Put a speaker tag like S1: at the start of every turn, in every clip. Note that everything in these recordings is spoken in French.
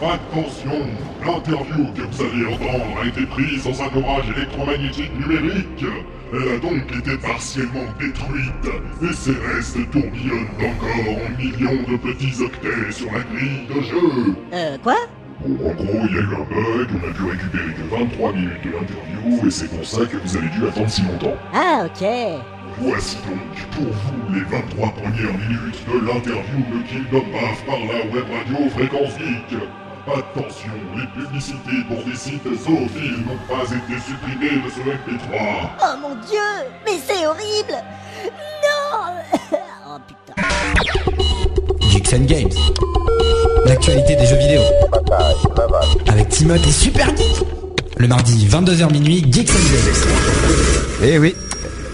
S1: Pas de tension, l'interview que vous allez entendre a été prise dans un orage électromagnétique numérique. Elle a donc été partiellement détruite, et ses restes tourbillonnent encore en millions de petits octets sur la grille de jeu.
S2: Euh, quoi
S1: Bon, en gros, il y a eu un bug, on a pu récupérer que 23 minutes de l'interview, et c'est pour ça que vous avez dû attendre si longtemps.
S2: Ah, ok.
S1: Voici donc pour vous les 23 premières minutes de l'interview de Kingdom Buff par la web radio Fréquence Geek. Attention, les publicités pour des sites zoophiles n'ont pas été supprimées de ce MP3.
S2: Oh mon dieu Mais c'est horrible Non Oh putain.
S3: Geeks and Games. L'actualité des jeux vidéo. Avec Timothée et Super Geek. Le mardi 22h minuit, Geeks and
S4: Eh oui,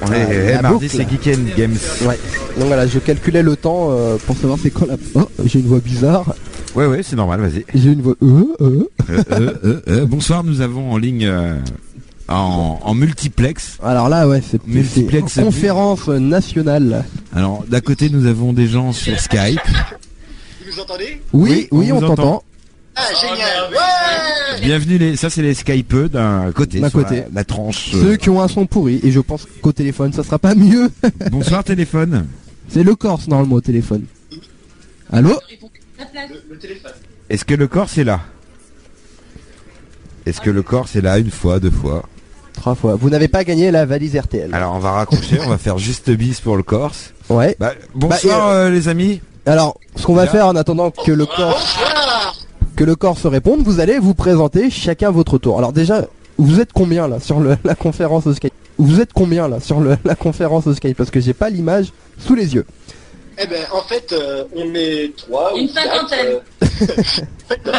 S4: on est
S5: Euh,
S4: eh,
S5: la
S4: mardi,
S5: boucle.
S4: c'est Geek and Games.
S5: Ouais. Donc voilà, je calculais le temps euh, pour savoir c'est quand la. Oh, j'ai une voix bizarre.
S4: Ouais, ouais, c'est normal, vas-y.
S5: J'ai une voix. Euh, euh.
S4: Euh, euh, euh, euh, bonsoir, nous avons en ligne euh, en, en multiplex.
S5: Alors là, ouais, c'est
S4: Multiplex,
S5: c'est-
S4: c'est-
S5: conférence nationale.
S4: Alors, d'un côté, nous avons des gens sur Skype.
S6: Vous nous entendez
S5: Oui, oui,
S4: on
S5: on
S4: vous
S5: t'entend.
S6: Ah, génial Ouais
S4: Bienvenue, les, ça c'est les Skypeux d'un côté.
S5: D'un
S4: sur
S5: côté.
S4: La, la tranche. euh.
S5: Ceux qui ont un son pourri, et je pense qu'au téléphone, ça sera pas mieux.
S4: Bonsoir, téléphone.
S5: c'est le Corse normalement au téléphone. Allô
S6: le, le téléphone.
S4: Est-ce que le corps c'est là Est-ce que le corps c'est là une fois, deux fois
S5: Trois fois. Vous n'avez pas gagné la valise RTL.
S4: Alors on va raccrocher, on va faire juste bis pour le Corse.
S5: Ouais.
S4: Bah, bonsoir euh, les amis.
S5: Alors, ce qu'on va
S4: Déjà.
S5: faire en attendant que le Corse que le Corse réponde, vous allez vous présenter chacun votre tour. Alors déjà, vous êtes combien là sur le- la conférence au Skype Vous êtes combien là sur le- la conférence au Skype Parce que j'ai pas l'image sous les yeux.
S6: Eh ben, en fait, euh, on est trois ou
S7: Une
S6: quatre,
S7: cinquantaine.
S6: euh.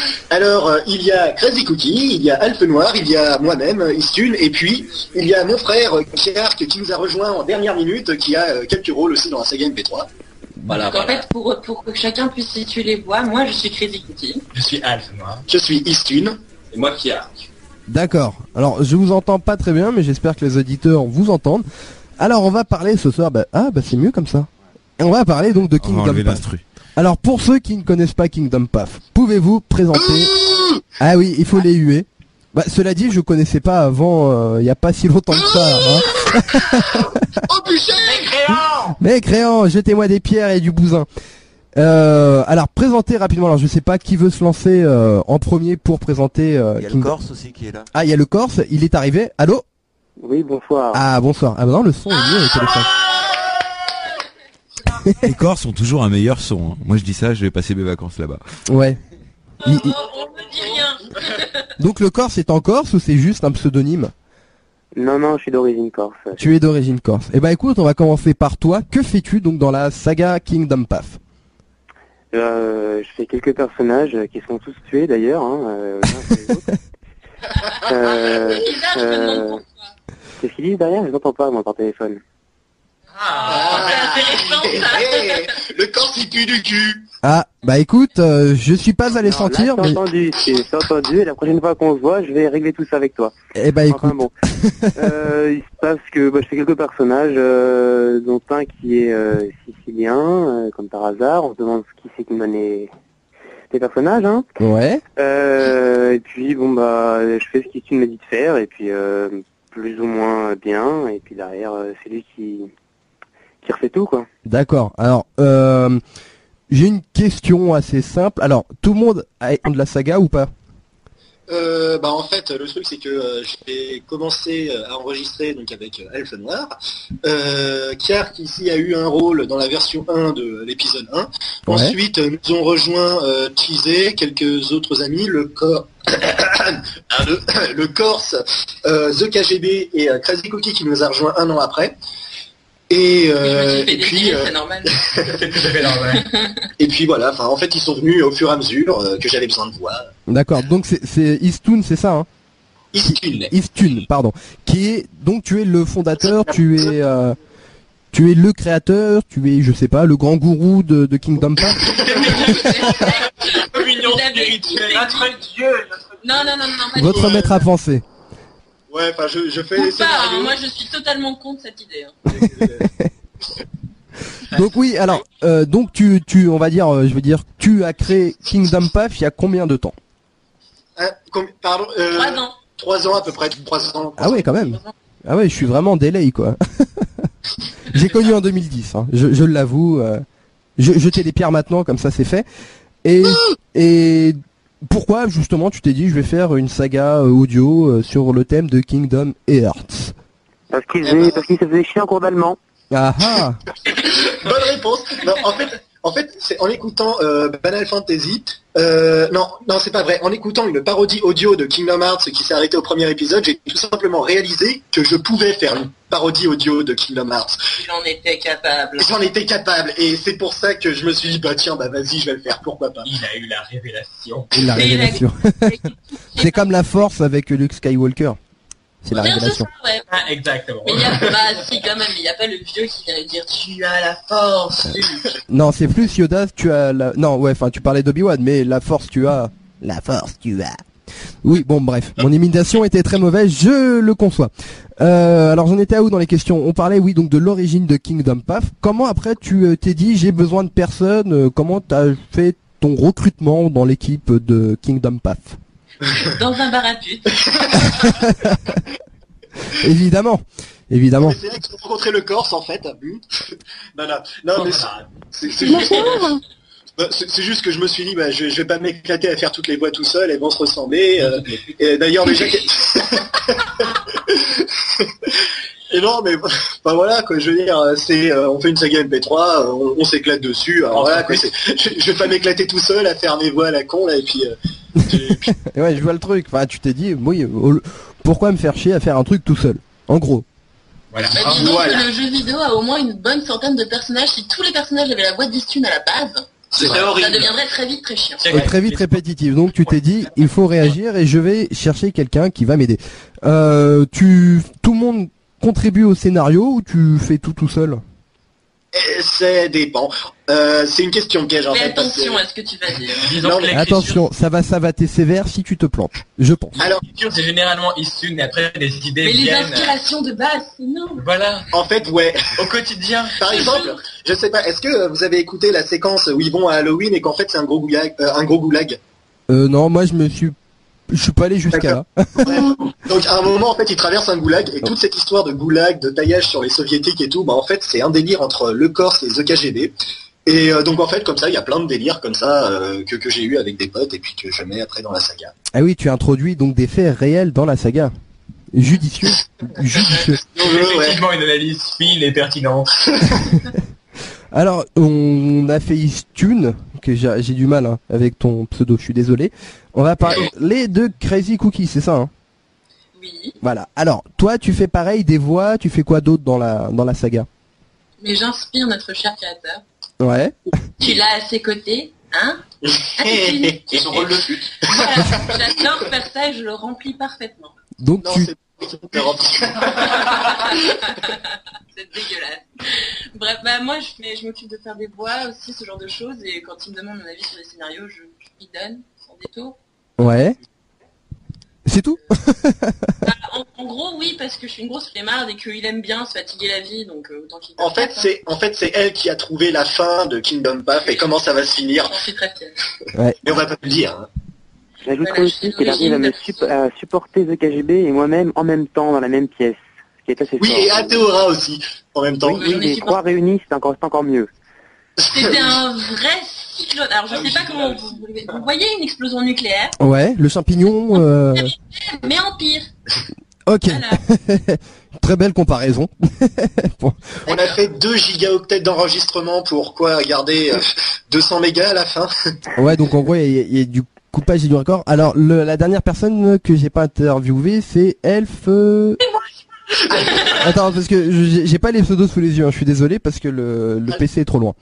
S6: Alors, euh, il y a Crazy Cookie, il y a Alphe Noir, il y a moi-même, euh, Istune, et puis il y a mon frère euh, Kiark qui nous a rejoint en dernière minute, euh, qui a euh, quelques rôles aussi dans la saga MP3. Voilà,
S7: Donc en fait, pour, pour que chacun puisse situer les voix, moi je suis Crazy Kitty.
S8: Je suis Alf, moi.
S6: Je suis Istune.
S8: Et moi, Pierre.
S5: D'accord. Alors je vous entends pas très bien, mais j'espère que les auditeurs vous entendent. Alors on va parler ce soir. Bah, ah bah c'est mieux comme ça. Et on va parler donc de
S4: On va
S5: Kingdom
S4: enlever
S5: Path.
S4: l'instru.
S5: Alors pour ceux qui ne connaissent pas Kingdom Path, pouvez-vous présenter Ah oui, il faut les huer. Bah, cela dit, je connaissais pas avant, euh, il y a pas si longtemps que ça. hein.
S6: Oh putain
S5: Mais Créant, jetez-moi des pierres et du bousin. Euh, alors présentez rapidement. Alors je sais pas qui veut se lancer euh, en premier pour présenter. euh,
S9: Il y a le
S5: Kingdom-
S9: Corse aussi qui est là.
S5: Ah, il y a le Corse. Il est arrivé. Allô
S9: Oui, bonsoir.
S5: Ah bonsoir. Ah bah non, le son est mieux au téléphone.
S4: Les Corses ont toujours un meilleur son. hein. Moi je dis ça, je vais passer mes vacances là-bas.
S5: Ouais. Il- il-
S7: Oh, on ne dit rien.
S5: Donc le Corse est en Corse ou c'est juste un pseudonyme
S9: Non, non, je suis d'origine corse.
S5: Tu es d'origine corse. Eh bah écoute, on va commencer par toi. Que fais-tu donc dans la saga Kingdom Path
S9: Euh, je fais quelques personnages euh, qui sont tous tués d'ailleurs. Hein, euh, les uns après les autres. Euh,
S7: Lisa, Ah, je te demande
S9: euh,
S7: pourquoi.
S9: Qu'est-ce qu'ils disent derrière Je n'entends pas moi par téléphone.
S7: Ah, c'est intéressant ça.
S6: Hey, Eh, Le corps il pue du cul
S5: Ah bah écoute, euh, je suis pas allé
S9: Non,
S5: sentir.
S9: là,
S5: Mais...
S9: C'est entendu, c'est c'est entendu. Et la prochaine fois qu'on se voit, je vais régler tout ça avec toi.
S5: Eh bah
S9: Enfin
S5: écoute,
S9: bon. euh, il se passe que bah, je fais quelques personnages, euh, dont un qui est euh, sicilien, euh, comme par hasard. On se demande qui c'est qui mène les les personnages. Hein.
S5: ouais.
S9: Euh, et puis bon bah je fais ce qu'il m'a dit de faire et puis euh, plus ou moins bien et puis derrière euh, c'est lui qui qui refait tout quoi.
S5: D'accord. Alors, euh, j'ai une question assez simple. Alors, tout le monde a de la saga ou pas
S6: Euh, bah en fait le truc c'est que euh, j'ai commencé euh, à enregistrer donc avec euh, Elfe Noir. Euh, Kiark ici a eu un rôle dans la version 1 de euh, l'épisode 1.
S5: Ouais.
S6: Ensuite euh, nous ont rejoint euh, Chizé, quelques autres amis, le corps le, le Corse, euh, The KGB et euh, Crazy Cookie qui nous a rejoint un an après. Et,
S7: Je
S6: euh,
S7: me suis fait
S6: et
S7: des
S6: puis
S7: films,
S6: euh,
S7: c'est normal.
S8: C'est tout à fait normal.
S6: et puis voilà, enfin en fait ils sont venus au fur et à mesure euh, que j'avais besoin de voix.
S5: D'accord. Donc c'est- c'est Istun, c'est ça hein
S6: Istune.
S5: Istun, pardon. Qui est donc tu es le fondateur, tu es euh, tu es le créateur, tu es je sais pas le grand gourou de, de Kingdom Path.
S8: Communion
S7: Vous avez-
S8: spirituelle. Notre Dieu, notre
S7: Non, non, non, non, pas du tout.
S5: Votre maître à penser.
S6: Ouais, enfin je, je fais
S7: Ou
S6: les
S7: pas, hein,
S6: scénarios.
S7: moi je suis totalement contre cette idée. hein.
S5: Donc oui, alors euh, donc tu tu on va dire euh, je veux dire tu as créé Kingdom Path il y a combien de temps
S6: Hein, combien- pardon, euh,
S7: Trois ans.
S6: trois ans à peu près, trois ans.
S5: Ah ouais quand même. Ah ouais, je suis vraiment en délai quoi. J'ai connu en 2010, hein. je, je l'avoue. euh, je, jeter les pierres maintenant, comme ça c'est fait. Et, et pourquoi justement tu t'es dit je vais faire une saga euh, audio euh, sur le thème de Kingdom Hearts
S9: Parce qu'il
S8: Eh ben,
S9: faisait- parce qu'il se faisait chier en cours d'allemand.
S5: Ah ah
S6: Bonne réponse. Non, en fait, en fait, c'est en écoutant euh, Banal Fantasy. euh, non, non, c'est pas vrai. En écoutant une parodie audio de Kingdom Hearts qui s'est arrêtée au premier épisode, j'ai tout simplement réalisé que je pouvais faire une parodie audio de Kingdom Hearts.
S7: Il en était capable.
S6: J'en étais capable, et c'est pour ça que je me suis dit bah tiens, bah vas-y, je vais le faire. Pourquoi pas
S8: Il a eu la révélation.
S5: La
S7: C'est
S5: révélation. C'est comme la force avec Luke Skywalker. C'est la
S7: Rien que
S5: révélation.
S7: ça, ouais.
S8: Ah, exactement.
S7: Mais il y a bah, si, quand même, il n'y a pas le vieux qui vient lui dire tu as la force. Luke.
S5: Non, c'est plus Yoda, tu as la... Non, ouais, enfin, tu parlais d'Obi-Wan, mais la force, tu as... La force, tu as... Oui, bon, bref. Mon imitation était très mauvaise, je le conçois. Euh, alors, j'en étais à où dans les questions On parlait, oui, donc de l'origine de Kingdom Path. Comment, après, tu euh, t'es dit, j'ai besoin de personnes euh, Comment t'as fait ton recrutement dans l'équipe de Kingdom Path
S7: Dans un bar à pute.
S5: Évidemment, évidemment.
S6: Mais C'est là que j'ai rencontré le Corse en fait. Hmm. non, non, non, mais c'est-
S8: Voilà.
S6: c'est c'est juste. Bah, C'est c'est juste que je me suis dit, bah, je, je vais pas m'éclater à faire toutes les voix tout seul, elles vont se ressembler. euh, et d'ailleurs, déjà. que- et non, mais bah, voilà, quoi, je veux dire, c'est, euh, on fait une saga MP3, euh, on, on s'éclate dessus. Alors, voilà, quoi, c'est- je, je vais pas m'éclater tout seul à faire mes voix à la con, là, et puis. euh, et puis-
S5: Et ouais, je vois le truc. Enfin, tu t'es dit, oui, au- pourquoi me faire chier à faire un truc tout seul En gros.
S8: Voilà.
S7: Bah,
S8: Ah,
S7: disons
S8: voilà.
S7: que le jeu vidéo a au moins une bonne centaine de personnages. Si tous les personnages avaient la boîte d'Istune à la base,
S8: C'était
S7: ça
S8: horrible.
S7: deviendrait très vite très chiant.
S8: C'est
S5: Et
S8: vrai.
S5: très vite répétitif. Donc tu t'es dit, il faut réagir et je vais chercher quelqu'un qui va m'aider. Euh, tu, tout le monde contribue au scénario ou tu fais tout tout seul
S6: et eh, ça dépend. Euh, c'est une question piège, en
S7: Fais
S6: fait. parce que-
S7: attention à ce que tu vas dire.
S8: Disons
S6: Non,
S8: que
S6: mais-
S8: l'écriture-
S5: Attention, ça va savater sévère si tu te plantes. Je pense.
S6: Alors,
S8: L'écriture, c'est généralement issu, mais après, les idées
S7: Mais les
S8: viennent.
S7: inspirations de base, c'est non.
S8: Voilà,
S6: en fait, ouais.
S8: au quotidien.
S6: Par exemple, je sais pas, est-ce que euh, vous avez écouté la séquence où ils vont à Halloween et qu'en fait c'est un gros goulag, euh, un gros goulag
S5: Euh, non, moi je me suis, je suis pas allé jusqu'à là.
S6: Donc à un moment en fait ils traversent un goulag et toute cette histoire de goulag, de taillage sur les soviétiques et tout, bah en fait c'est un délire entre le Corse et le KGB. Et euh, donc en fait comme ça il y a plein de délires comme ça euh, que, que j'ai eu avec des potes et puis que je mets après dans la saga.
S5: Ah oui, tu introduis donc des faits réels dans la saga. Judicieux, judicieux.
S8: C'est
S6: Donc, euh, ouais.
S8: effectivement une analyse fine et pertinente.
S5: Alors, on a fait Istune, que j'ai j'ai du mal hein, avec ton pseudo, je suis désolé. On va parler de Crazy Cookie, c'est ça hein
S7: Oui,
S5: Voilà. Alors, toi, tu fais pareil des voix, tu fais quoi d'autre dans la dans la saga
S7: mais j'inspire notre cher créateur.
S5: Ouais.
S7: Tu l'as à ses côtés, hein Ah, c'est fini.
S6: Et son rôle de fut.
S7: Voilà, j'adore faire ça et je le remplis parfaitement.
S5: Donc
S6: Non,
S5: tu
S6: c'est pas
S7: C'est dégueulasse. Bref, bah moi je, fais- je m'occupe de faire des voix aussi, ce genre de choses, et quand il me demande mon avis sur les scénarios, je, je lui donne, sans détour.
S5: ouais. C'est tout
S7: Bah, En, en gros, oui, parce que je suis une grosse flemmarde et qu'il aime bien se fatiguer la vie, donc euh, autant qu'il
S6: En fait, c'est en fait c'est elle qui a trouvé la fin de Kingdom Path et comment ça va se finir.
S7: J'en suis très fière.
S6: Mais on va pas le dire. hein.
S9: J'ajouterais
S7: Voilà,
S9: aussi
S7: c'est
S9: qu'il arrive à, me
S7: l'origine.
S9: sup- à supporter The KGB et moi-même en même temps dans la même pièce. Ce qui est assez
S6: Oui,
S9: fort.
S6: et Ateora aussi, en même temps.
S9: Oui, oui,
S7: J'en ai
S9: les
S7: supporté.
S9: trois réunis, c'est encore, c'est encore mieux.
S7: C'était un vrai cyclone. Alors je
S8: Ah
S7: sais
S8: oui,
S7: pas
S8: c'est
S7: comment
S8: vrai
S7: vous, vous voyez une explosion nucléaire,
S5: Ouais. Le champignon. euh,
S7: mais en pire.
S5: Ok.
S7: Voilà.
S5: Très belle comparaison.
S6: On a fait 2 gigaoctets d'enregistrement pour quoi garder euh, 200 mégas à la fin.
S5: Ouais. Donc en gros, il y, a- il y a du coupage et du record. Alors le- la dernière personne que j'ai pas interviewée, c'est Elf. euh, Attends, parce que je- j'ai j'ai pas les pseudos sous les yeux. hein, Je suis désolé parce que le, le PC est trop loin.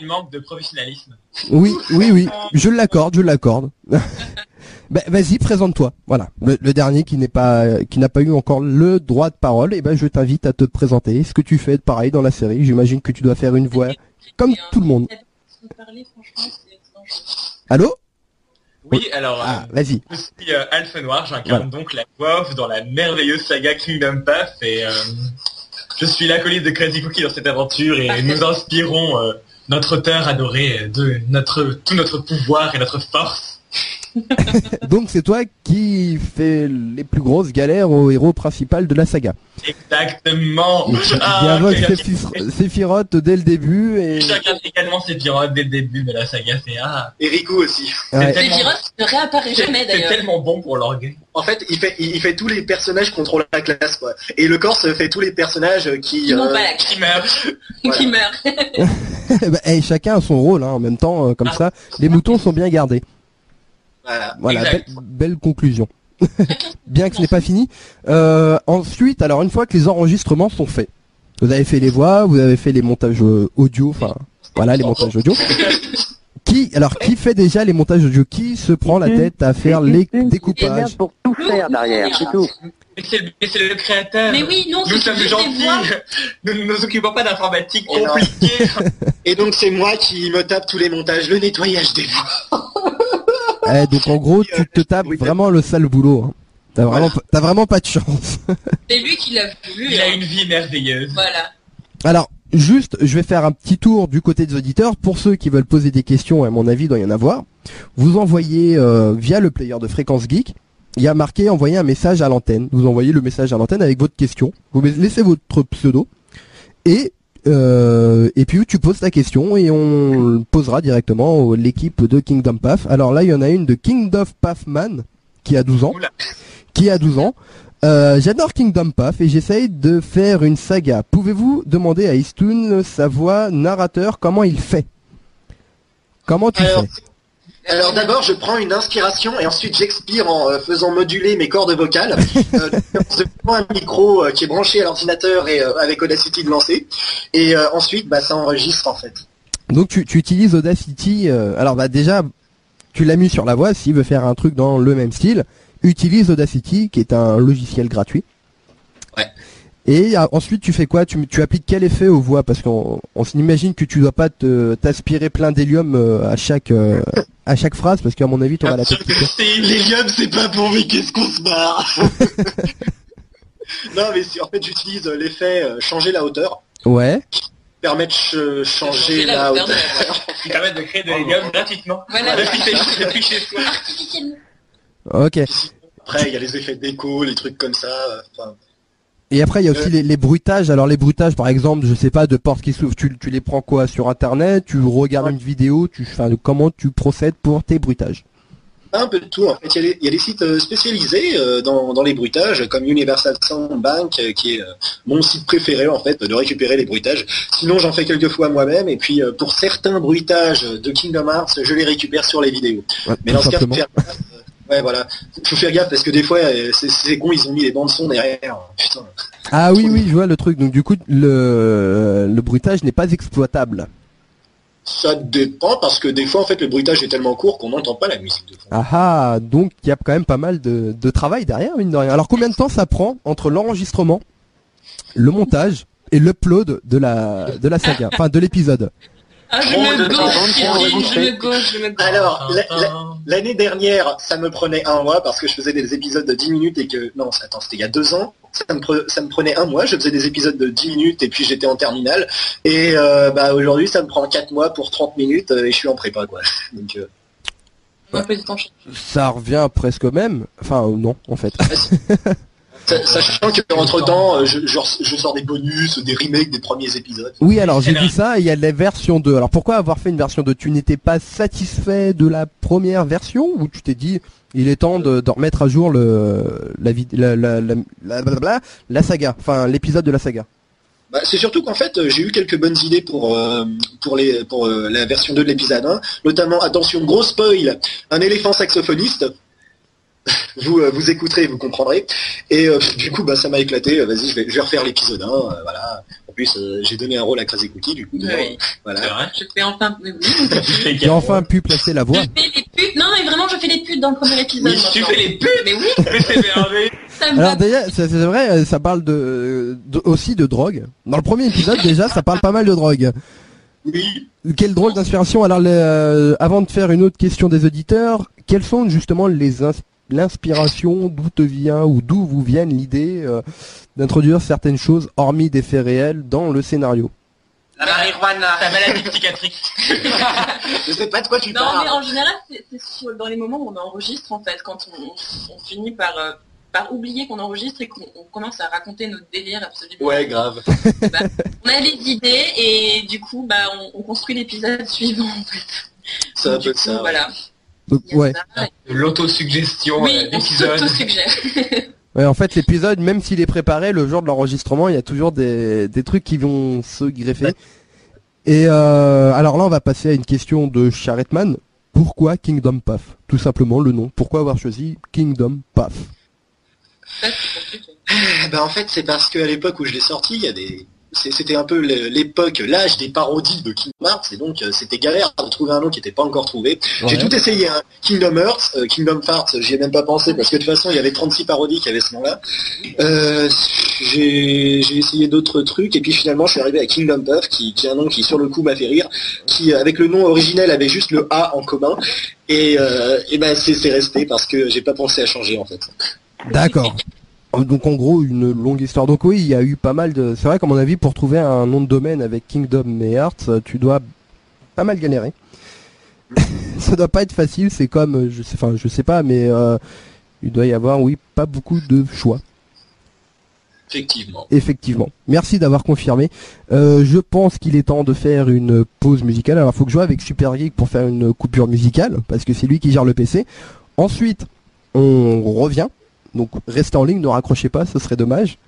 S8: Il manque de professionnalisme.
S5: Oui, oui, oui. Je l'accorde, je l'accorde. ben, vas-y, présente-toi. Voilà, le, le dernier qui n'est pas, qui n'a pas eu encore le droit de parole. Et ben, je t'invite à te présenter. Ce que tu fais de pareil dans la série. J'imagine que tu dois faire une voix comme
S7: Et euh, un-
S5: tout le monde.
S7: Parler, franchement, c'est dangereux.
S5: Allô
S8: Oui, alors,
S5: Ah,
S8: euh,
S5: vas-y.
S8: je suis euh, Alpha Noir, j'incarne donc la voix off dans la merveilleuse saga Kingdom Path et euh, Je suis l'acolyte de Crazy Cookie dans cette aventure et nous inspirons euh, notre auteur adoré euh, de notre, tout notre pouvoir et notre force.
S5: Donc c'est toi qui fais les plus grosses galères au héros principal de la saga.
S8: Exactement. Ah,
S5: Il invoque
S8: quelqu'un
S5: Séphis- Séphiroth dès le début et...
S8: qui- Chacun également ses pirogues dès le début de la saga, c'est ah,
S6: Et Riku aussi.
S5: Ouais.
S8: tellement-
S7: Sephiroth ne réapparaît jamais
S8: c'est
S7: d'ailleurs.
S8: tellement bon pour l'orgue.
S6: En fait, il fait, il, il fait tous les personnages contre la classe, quoi. Et le Corse fait tous les personnages qui.
S7: Qui n'ont
S6: euh,
S7: pas la clé,
S8: Qui meurt.
S6: Voilà.
S7: qui meurt.
S5: Bah, hey, chacun a son rôle hein, en même temps, euh, comme
S8: Ah.
S5: ça, les moutons sont bien gardés.
S6: Voilà.
S5: Voilà, belle,
S8: Exact.
S5: belle conclusion. Bien que ce n'est pas fini. Euh, ensuite, alors une fois que les enregistrements sont faits, vous avez fait les voix, vous avez fait les montages euh, audio, enfin voilà les montages audio. Qui alors qui fait déjà les montages audio Qui se prend la tête à faire
S9: Une-
S5: les
S9: une- une
S5: découpages
S9: merde pour tout faire derrière, c'est tout.
S8: Mais c'est le- mais c'est le créateur.
S7: Mais oui, non,
S8: Nous
S7: c'est
S8: sommes
S7: juste des
S8: gentils,
S7: voix.
S8: nous ne nous occupons pas d'informatique
S6: Et non.
S8: compliquée.
S6: Et donc c'est moi qui me tape tous les montages, le nettoyage des voix.
S5: Eh, Donc en gros, tu te tapes vraiment le sale boulot. hein. T'as vraiment, pas- t'as vraiment pas de chance.
S7: C'est lui qui l'a voulu.
S8: Il a
S7: hein.
S8: une vie merveilleuse.
S7: Voilà.
S5: Alors, juste, je vais faire un petit tour du côté des auditeurs. Pour ceux qui veulent poser des questions, à mon avis, il doit y en avoir. Vous envoyez euh, via le player de Fréquence Geek. Il y a marqué envoyer un message à l'antenne. Vous envoyez le message à l'antenne avec votre question. Vous mets- laissez votre pseudo et euh, et puis tu poses ta question et on le posera directement à l'équipe de Kingdom Path. Alors là, il y en a une de Kingdom Pathman qui a 12 ans,
S8: Oula.
S5: qui a 12 ans. Euh, J'adore Kingdom Path et j'essaye de faire une saga. Pouvez-vous demander à Istun, sa voix narrateur, comment il fait Comment tu
S6: Alors,
S5: fais
S6: alors d'abord je prends une inspiration et ensuite j'expire en euh, faisant moduler mes cordes vocales. Euh, je prends un micro euh, qui est branché à l'ordinateur et euh, avec Audacity de lancer. Et euh, ensuite bah ça enregistre en fait.
S5: Donc tu, tu utilises Audacity. euh, alors bah déjà, tu l'as mis sur la voix. S'il veut faire un truc dans le même style, utilise Audacity, qui est un logiciel gratuit.
S6: Ouais.
S5: Et ah, ensuite, tu fais quoi tu, tu appliques quel effet aux voix Parce qu'on on s'imagine que tu dois pas te- t'aspirer plein d'hélium euh, à chaque euh, à chaque phrase, parce qu'à mon avis, tu auras la tête piquée.
S8: C'est
S6: L'hélium c'est pas pour mais qu'est-ce qu'on se barre Non mais c'est- en fait j'utilise euh, l'effet euh, changer la hauteur,
S5: Ouais.
S6: permet de ch- changer
S7: Changer la
S6: la
S7: hauteur de
S6: hauteur.
S7: la
S8: qui permet de créer de l'hélium gratuitement.
S7: Voilà.
S8: Depuis chez- depuis chez soi.
S7: Artificiellement.
S5: Ok.
S6: Après il y a les effets d'écho, les trucs comme ça. euh, enfin,
S5: Et après, il y a aussi les, les bruitages. Alors les bruitages, par exemple, je sais pas, de portes qui s'ouvrent, tu, tu les prends quoi sur Internet Tu regardes une vidéo Tu enfin, comment tu procèdes pour tes bruitages
S6: Un peu de tout, en fait. Il y a les- il y, a des sites euh, spécialisés euh, dans, dans les bruitages, comme Universal Sound Bank, euh, qui est euh, mon site préféré, en fait, de récupérer les bruitages. Sinon, j'en fais quelques fois moi-même, et puis euh, pour certains bruitages de Kingdom Hearts, je les récupère sur les vidéos.
S5: Ouais,
S6: Mais
S5: tout
S6: dans ce cas, faut
S5: simplement.
S6: faire gaffe. euh, Ouais, voilà. Faut faire gaffe, parce que des fois, euh, c'est- c'est con, ils ont mis les bandes son derrière. Putain.
S5: Ah oui, oui, je vois le truc. Donc du coup, le, le bruitage n'est pas exploitable.
S6: Ça dépend, parce que des fois, en fait, le bruitage est tellement court qu'on n'entend pas la musique de fond.
S5: Ah ah, donc il y a quand même pas mal de, de travail derrière, mine de rien. Alors combien de temps ça prend entre l'enregistrement, le montage et l'upload de la, de la saga, enfin de l'épisode
S7: Ah, je
S6: Bon,
S7: me
S6: de temps en temps,
S7: gauche,
S6: on
S7: Kevin, je
S6: fait.
S7: me gauche, je me gauche.
S6: Alors, la- la- L'année dernière, ça me prenait un mois parce que je faisais des épisodes de 10 minutes et que... Non, attends, c'était il y a deux ans. Ça me, pre- ça me prenait un mois, je faisais des épisodes de 10 minutes et puis j'étais en terminale. Et euh, bah, aujourd'hui, ça me prend 4 mois pour 30 minutes euh, et je suis en prépa, quoi. Donc, euh,
S7: On va pas du temps changer.
S5: Ça revient presque au même. Enfin non, en fait.
S6: sa- sachant qu'entre temps, euh, je, je re- je sors des bonus, des remakes des premiers épisodes.
S5: Oui, alors j'ai
S8: Elle a-
S5: vu ça, il y a la version 2. Alors pourquoi avoir fait une version 2 Tu n'étais pas satisfait de la première version ou tu t'es dit il est temps de, de remettre à jour le la vid- la la la, la, blablabla, la saga, enfin l'épisode de la saga.
S6: Bah, c'est surtout qu'en fait, euh, j'ai eu quelques bonnes idées pour, euh, pour, les, pour euh, la version 2 de l'épisode 1, notamment, attention, gros spoil, un éléphant saxophoniste. Vous, euh, vous écouterez, vous comprendrez. Et euh, du coup, bah, ça m'a éclaté. Euh, Vas-y, je vais, je vais refaire l'épisode 1. euh, voilà. En plus, euh, j'ai donné un rôle à Crazy Cookie, du coup.
S7: Oui.
S6: dedans, voilà.
S8: C'est vrai.
S7: Je fais enfin. mais oui.
S5: J'ai enfin pu placer la
S7: Je
S5: voix.
S7: fais les putes. Non, mais vraiment, je fais les putes dans le premier épisode.
S8: Mais tu
S7: maintenant.
S8: fais les putes
S7: Mais oui,
S8: Mais c'est merveilleux
S7: ça me
S5: Alors
S7: va.
S5: déjà, c'est c'est vrai, euh, ça parle de, de- aussi de drogue. Dans le premier épisode déjà, ça parle pas mal de drogue.
S6: Oui.
S5: Quelle drôle d'inspiration. Alors le- euh, avant de faire une autre question des auditeurs, quelles sont justement les ins- l'inspiration, d'où te vient ou d'où vous vienne l'idée euh, d'introduire certaines choses, hormis des faits réels, dans le scénario.
S6: La marijuana.
S8: Ta maladie psychiatrique.
S6: Je sais pas de quoi tu
S7: Non, mais
S6: parles.
S7: en général, c'est c'est sur- dans les moments où on enregistre, en fait, quand on, on- on finit par, euh, par oublier qu'on enregistre et qu'on on commence à raconter notre délire absolument.
S6: Ouais, grave.
S7: On a les idées et du coup, bah, on, on construit l'épisode suivant, en fait.
S6: Ça
S7: Donc,
S6: peut
S7: du
S6: être
S7: coup,
S6: ça. ouais.
S7: Voilà.
S5: Donc,
S7: Il y a
S5: ouais.
S7: ça.
S8: L'autosuggestion
S7: Oui,
S8: euh,
S7: on
S8: d'épisode.
S7: s'auto-suggère.
S5: Ouais, en fait, l'épisode, même s'il est préparé, le jour de l'enregistrement, il y a toujours des, des trucs qui vont se greffer. Et euh, alors là, on va passer à une question de Charretman. Pourquoi Kingdom Path Tout simplement le nom. Pourquoi avoir choisi Kingdom Path
S7: Ça, c'est compliqué.
S6: Eh ben, en fait, c'est parce qu'à l'époque où je l'ai sorti, il y a des... c'est- c'était un peu le- l'époque, l'âge des parodies de Kingdom Hearts, et donc euh, c'était galère de trouver un nom qui n'était pas encore trouvé. J'ai tout essayé, hein. Kingdom Hearts, euh, Kingdom Hearts, j'y ai même pas pensé, parce que de toute façon, il y avait 36 parodies qui avaient ce nom-là. Euh, j'ai j'ai essayé d'autres trucs, et puis finalement, je suis arrivé à Kingdom Puff, qui, qui est un nom qui, sur le coup, m'a fait rire, qui, euh, avec le nom originel, avait juste le A en commun, et, euh, et ben c'est c'est resté, parce que j'ai pas pensé à changer, en fait.
S5: D'accord. Euh, Donc en gros une longue histoire. Donc oui, il y a eu pas mal de. C'est vrai qu'à mon avis, pour trouver un nom de domaine avec Kingdom et Hearts, euh, tu dois pas mal galérer. Ça doit pas être facile. C'est comme, euh, je sais, enfin, je sais pas, mais euh, il doit y avoir, oui, pas beaucoup de choix.
S6: Effectivement.
S5: Effectivement. Merci d'avoir confirmé. Euh, je pense qu'il est temps de faire une pause musicale. Alors, faut que je joue avec Super Geek pour faire une coupure musicale, parce que c'est lui qui gère le PC. Ensuite, on revient. Donc, restez en ligne, ne raccrochez pas, ce serait dommage.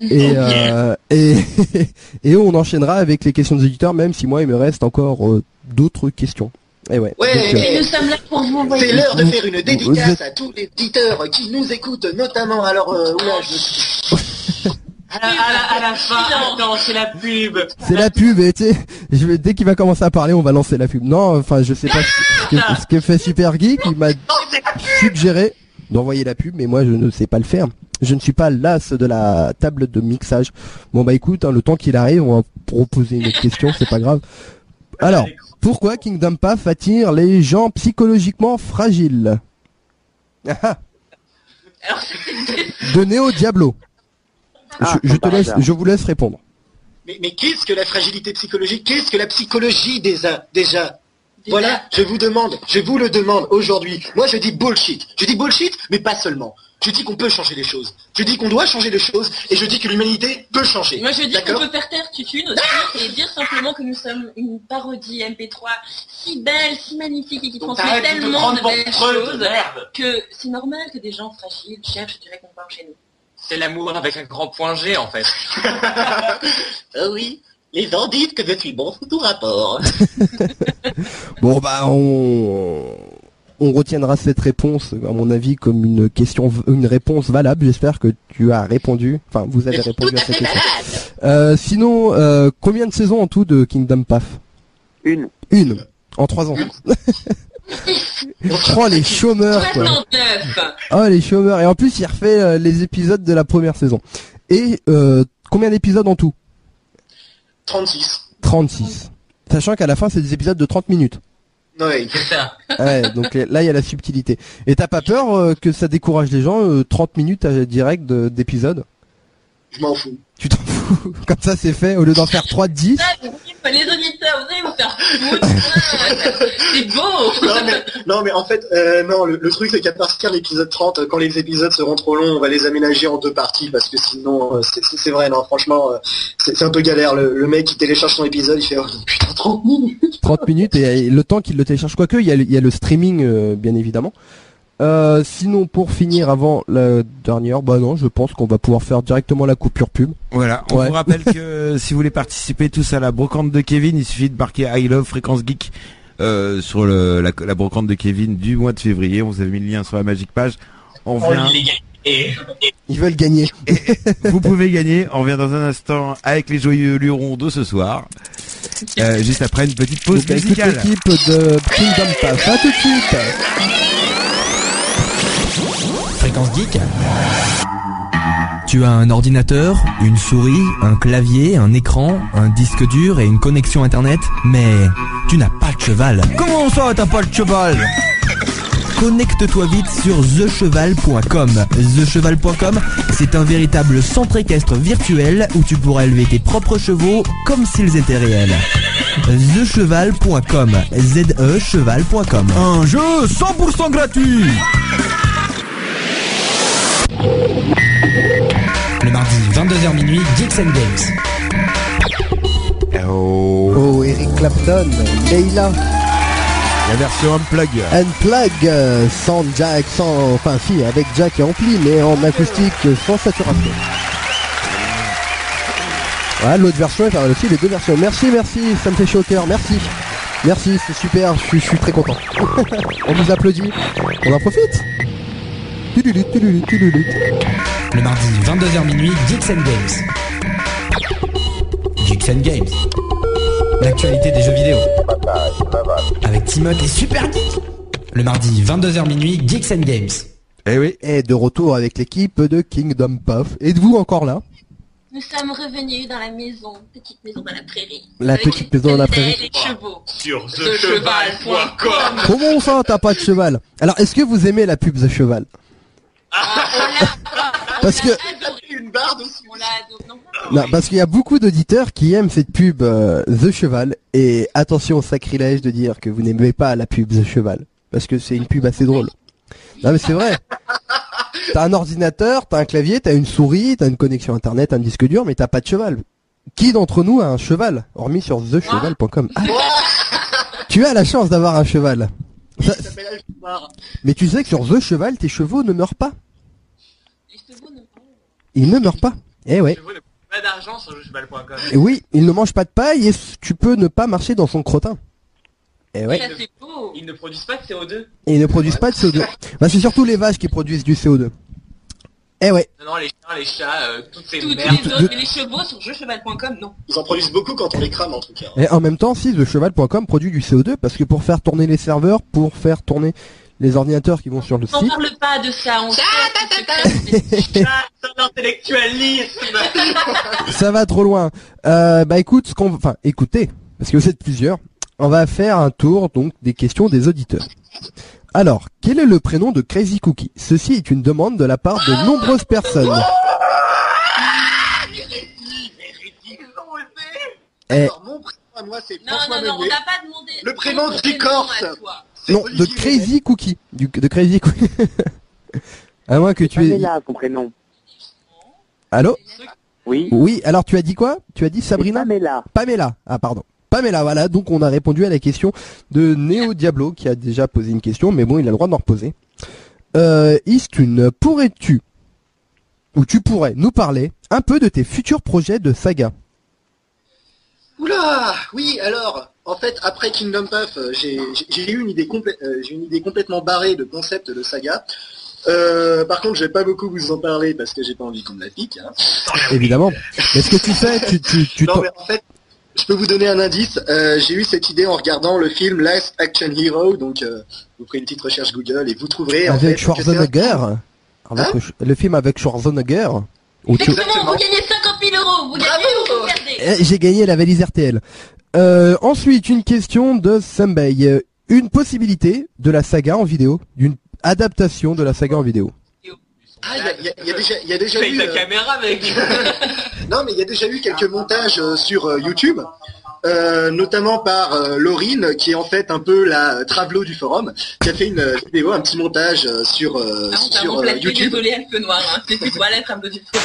S5: Et, euh, et, et on enchaînera avec les questions des auditeurs, même si moi, il me reste encore euh, d'autres questions. Et ouais.
S6: Ouais,
S5: Donc, euh,
S6: mais-
S7: Et nous sommes là pour vous
S6: C'est
S7: envoyer.
S6: l'heure de
S5: Vous-
S6: faire une
S5: vous êtes-
S6: dédicace à tous les auditeurs qui nous écoutent, notamment. Alors, euh, oula, je me suis-
S8: À la, à la- à la fin, attends, c'est la pub.
S5: C'est la pub, et tu sais, je vais- dès qu'il va commencer à parler, on va lancer la pub. Non, enfin, je sais pas ce que, ce que fait Super Geek, il m'a suggéré d'envoyer la pub, mais moi, je ne sais pas le faire. Je ne suis pas l'as de la table de mixage. Bon, bah écoute, hein, le temps qu'il arrive, on va proposer une autre question, c'est pas grave. Alors, pourquoi Kingdom Path attire les gens psychologiquement fragiles Ah, ah,
S7: Alors, ça, c'est une question.
S5: De Néo Diablo.
S9: Ah,
S5: je, je te
S9: par
S5: laisse,
S9: hasard.
S5: je vous laisse répondre.
S6: Mais, mais qu'est-ce que la fragilité psychologique Qu'est-ce que la psychologie déjà déjà Voilà, je vous demande, je vous le demande aujourd'hui. Moi, je dis bullshit. Je dis bullshit, mais pas seulement. Je dis qu'on peut changer les choses. Je dis qu'on doit changer les choses, et je dis que l'humanité peut changer.
S7: Moi je dis qu'on
S6: D'accord
S7: peut faire taire Tutune
S8: Ah
S7: aussi et dire simplement que nous sommes une parodie MP3 si belle, si magnifique et qui
S8: Donc,
S7: transmet
S8: t'arrêtes de te
S7: tellement
S8: prendre
S7: de
S8: pour
S7: belles
S8: Freud,
S7: choses
S8: merde.
S7: que c'est normal que des gens fragiles cherchent du réconfort chez nous.
S8: C'est l'amour avec un grand point G, en fait.
S6: Ah oui, les gens disent que je suis bon sous tout rapport.
S5: Bon bah on on retiendra cette réponse à mon avis comme une question une réponse valable. J'espère que tu as répondu. Enfin vous avez répondu à cette question. Euh, sinon euh, combien de saisons en tout de Kingdom Path
S9: Une.
S5: Une en trois ans. oh les chômeurs quoi.
S7: 69
S5: Oh les chômeurs et en plus il refait euh, les épisodes de la première saison. Et euh, combien d'épisodes en tout
S6: 36.
S5: 36. Sachant qu'à la fin c'est des épisodes de 30 minutes.
S6: Ouais.
S8: C'est ça.
S5: Ouais, donc euh, là il y a la subtilité. Et t'as pas peur euh, que ça décourage les gens euh, 30 minutes à, direct de- d'épisode
S6: Je m'en fous.
S5: Tu t'en fous Comme ça c'est fait, au lieu d'en faire 3 de 10.
S7: Ah, vous dites, Les auditeurs, vous allez vous faire foutre Ah, C'est beau
S6: non, mais, non, mais en fait, euh, non, le, le truc c'est qu'à partir de l'épisode 30, euh, quand les épisodes seront trop longs, on va les aménager en deux parties parce que sinon, euh, c'est- c'est c'est vrai, non, franchement, euh, c'est c'est un peu galère. Le, le mec qui télécharge son épisode, il fait oh, putain, 30 minutes.
S5: 30 minutes et, et le temps qu'ils le téléchargent. Quoique il y, a le- il y a le streaming euh, bien évidemment. Euh, sinon pour finir avant la dernière, bah non je pense qu'on va pouvoir faire directement la coupure pub.
S4: Voilà, on
S5: Ouais.
S4: vous rappelle que si vous voulez participer tous à la brocante de Kevin, il suffit de marquer I love fréquence geek euh, sur le, la, la brocante de Kevin du mois de février. On vous avez mis le lien sur la magic page.
S8: On
S4: On revient.
S8: les gagne. Et
S5: Ils veulent gagner.
S4: vous pouvez gagner. On revient dans un instant avec les joyeux lurons de ce soir. Euh, juste après une petite pause
S5: Donc, avec toute
S4: musicale.
S5: l'équipe de Kingdom Pass. À tout de suite
S3: Fréquence geek. Tu as un ordinateur, une souris, un clavier, un écran, un disque dur et une connexion internet, mais tu n'as pas de cheval. Comment ça, t'as pas de cheval
S10: Connecte-toi vite sur thecheval.com. Thecheval.com, c'est un véritable centre équestre virtuel où tu pourras élever tes propres chevaux comme s'ils étaient réels. Thecheval.com, Z-E cheval.com.
S11: Un jeu 100% gratuit
S3: Le mardi 22h minuit, Dixon Games.
S4: Oh.
S5: Oh, Eric Clapton, Leila,
S4: La version unplug.
S5: Unplug, euh, sans Jack, sans, enfin si, avec Jack et ampli, mais en acoustique euh, sans saturation. Voilà, l'autre version est pas mal aussi, les deux versions. Merci, merci, ça me fait chaud au cœur, merci. Merci, c'est super, je suis- je suis très content. On vous applaudit, on en profite. Tudulut, tudulut, tudulut.
S3: Le mardi 22h minuit, Dixon Games. Dixon Games. L'actualité des jeux vidéo. Avec Timoth et Super Geek. Le mardi 22h minuit, Dixon Games.
S4: Eh oui.
S5: Et de retour avec l'équipe de Kingdom Puff. Êtes-vous encore là
S7: Nous sommes revenus dans la maison, petite maison dans la prairie.
S5: La petite maison dans la prairie.
S7: Les chevaux.
S8: Sur
S7: thecheval.com.
S5: Comment ça, t'as pas de cheval Alors, est-ce que vous aimez la pub The Cheval Parce que
S6: Une barre de
S7: On l'a adoré. Non,
S5: non, parce qu'il y a beaucoup d'auditeurs qui aiment cette pub euh, The Cheval et attention au sacrilège de dire que vous n'aimez pas la pub The Cheval parce que c'est une pub assez drôle. Non mais c'est vrai. T'as un ordinateur, t'as un clavier, t'as une souris, t'as une connexion internet, un disque dur, mais t'as pas de cheval. Qui d'entre nous a un cheval Hormis sur thecheval.com. Ah. tu as la chance d'avoir un cheval. Ça-
S6: Ça s'appelle Alphonse.
S5: mais tu sais que sur The Cheval, tes chevaux ne meurent pas. Ils ne meurent pas. Eh ouais.
S8: Vous n'avez Pas d'argent sur jeucheval.com.
S5: Et oui, il ne mange pas de paille et tu peux ne pas marcher dans son crottin. Et ouais.
S7: ça c'est beau.
S8: Ils ne produisent pas de CO2.
S5: Et ils ne produisent pas de CO2. Bah, c'est surtout les vaches qui produisent du CO2. Eh ouais.
S8: Non, non, les chiens, les chats, euh, toutes ces
S7: Tous tous
S8: merdes.
S7: les autres, mais les chevaux sur jeucheval.com, non.
S6: Ils en produisent beaucoup quand on les crame en tout cas.
S5: Et en même temps, si thecheval.com produit du CO2 parce que pour faire tourner les serveurs, pour faire tourner les ordinateurs qui vont sur le
S7: On
S5: site.
S7: parle pas de ça, on
S8: Ah, son intellectualisme
S5: Ça va trop loin. Euh, bah écoute, ce qu'on, enfin écoutez, parce que vous êtes plusieurs, on va faire un tour donc des questions des auditeurs. Alors, quel est le prénom de Crazy Cookie Ceci est une demande de la part de nombreuses personnes. Eh,
S6: Alors, mon prénom à moi c'est
S7: Non,
S6: François
S7: non, non, on
S6: Meunier.
S7: n'a pas demandé.
S6: Le prénom du Corse. C'est
S5: non, de
S6: Olivier Ménet.
S5: Crazy Cookie, du, de Crazy Cookie. à moins que tu aies.
S9: Pamela, son prénom.
S5: Allô
S9: Oui.
S5: Oui. Alors tu as dit quoi Tu as dit Sabrina
S9: C'est Pamela.
S5: Pamela. Ah pardon. Pamela, voilà, donc on a répondu à la question de Neo Diablo qui a déjà posé une question, mais bon, il a le droit d'en reposer. Euh, Istune, pourrais-tu, ou tu pourrais nous parler un peu de tes futurs projets de saga
S6: Oula Oui, alors, en fait, après Kingdom Puff, euh, j'ai j'ai- j'ai eu une idée, complè- euh, j'ai une idée complètement barrée de concept de saga. Euh, par contre, je vais pas beaucoup vous en parler parce que j'ai pas envie qu'on me la pique. hein.
S5: Évidemment. Est-ce que tu sais, tu, tu, tu
S6: Non,
S5: t'en-
S6: mais en fait, je peux vous donner un indice. Euh, j'ai eu cette idée en regardant le film Last Action Hero. Donc, euh, vous prenez une petite recherche Google et vous trouverez. en fait,
S5: avec
S6: que
S5: Schwarzenegger, avec
S6: Hein
S5: le ch- le film avec Schwarzenegger, où tu-
S7: Exactement, vous gagnez 50 000 euros. Vous gagnez ou vous perdez.
S5: Eh, J'ai gagné la valise RTL. Euh, ensuite, une question de Sambay. Euh, Une possibilité de la saga en vidéo, d'une adaptation de la saga en vidéo.
S6: c'est un- Ah, il y, a- il y a déjà, il y a déjà
S8: Paye
S6: eu.
S8: ta
S6: euh,
S8: caméra, mec
S6: Non, mais il y a déjà eu quelques montages euh, sur euh, YouTube, euh, notamment par euh, Laurine, qui est en fait un peu la euh, Travelo du forum, qui a fait une euh, vidéo, un petit montage euh, sur, euh,
S7: Ah, on t'a
S6: sur euh,
S7: remplacé,
S6: YouTube.
S7: désolé, Alpe Noir. Hein. C'est plus toi l'être un peu du tout.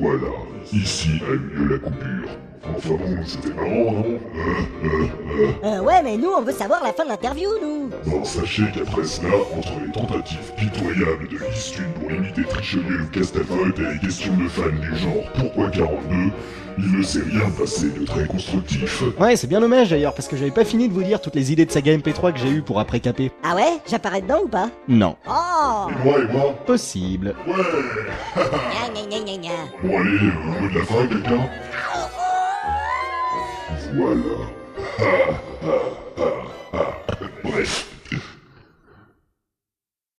S1: Voilà, ici a eu lieu la coupure. Enfin bon, c'était marrant, non Hein
S2: Euh, ouais, mais nous, on veut savoir la fin de l'interview, nous.
S1: Non, sachez qu'après cela, entre les tentatives pitoyables de Istune pour imiter Trichelieu ou Castafolte et les questions de fans du genre Pourquoi 42, il ne s'est rien passé de très constructif.
S12: Ouais, c'est bien dommage d'ailleurs, parce que j'avais pas fini de vous dire toutes les idées de saga MP3 que j'ai eues pour après capé.
S2: Ah ouais J'apparais dedans ou pas
S12: Non.
S2: Oh
S1: Et moi, et moi
S12: Possible.
S1: Ouais
S2: Gna, gna, gna, gna, gna.
S1: Bon allez, un mot de la fin, quelqu'un Voilà. Ah, ah, ah, ah. Bref,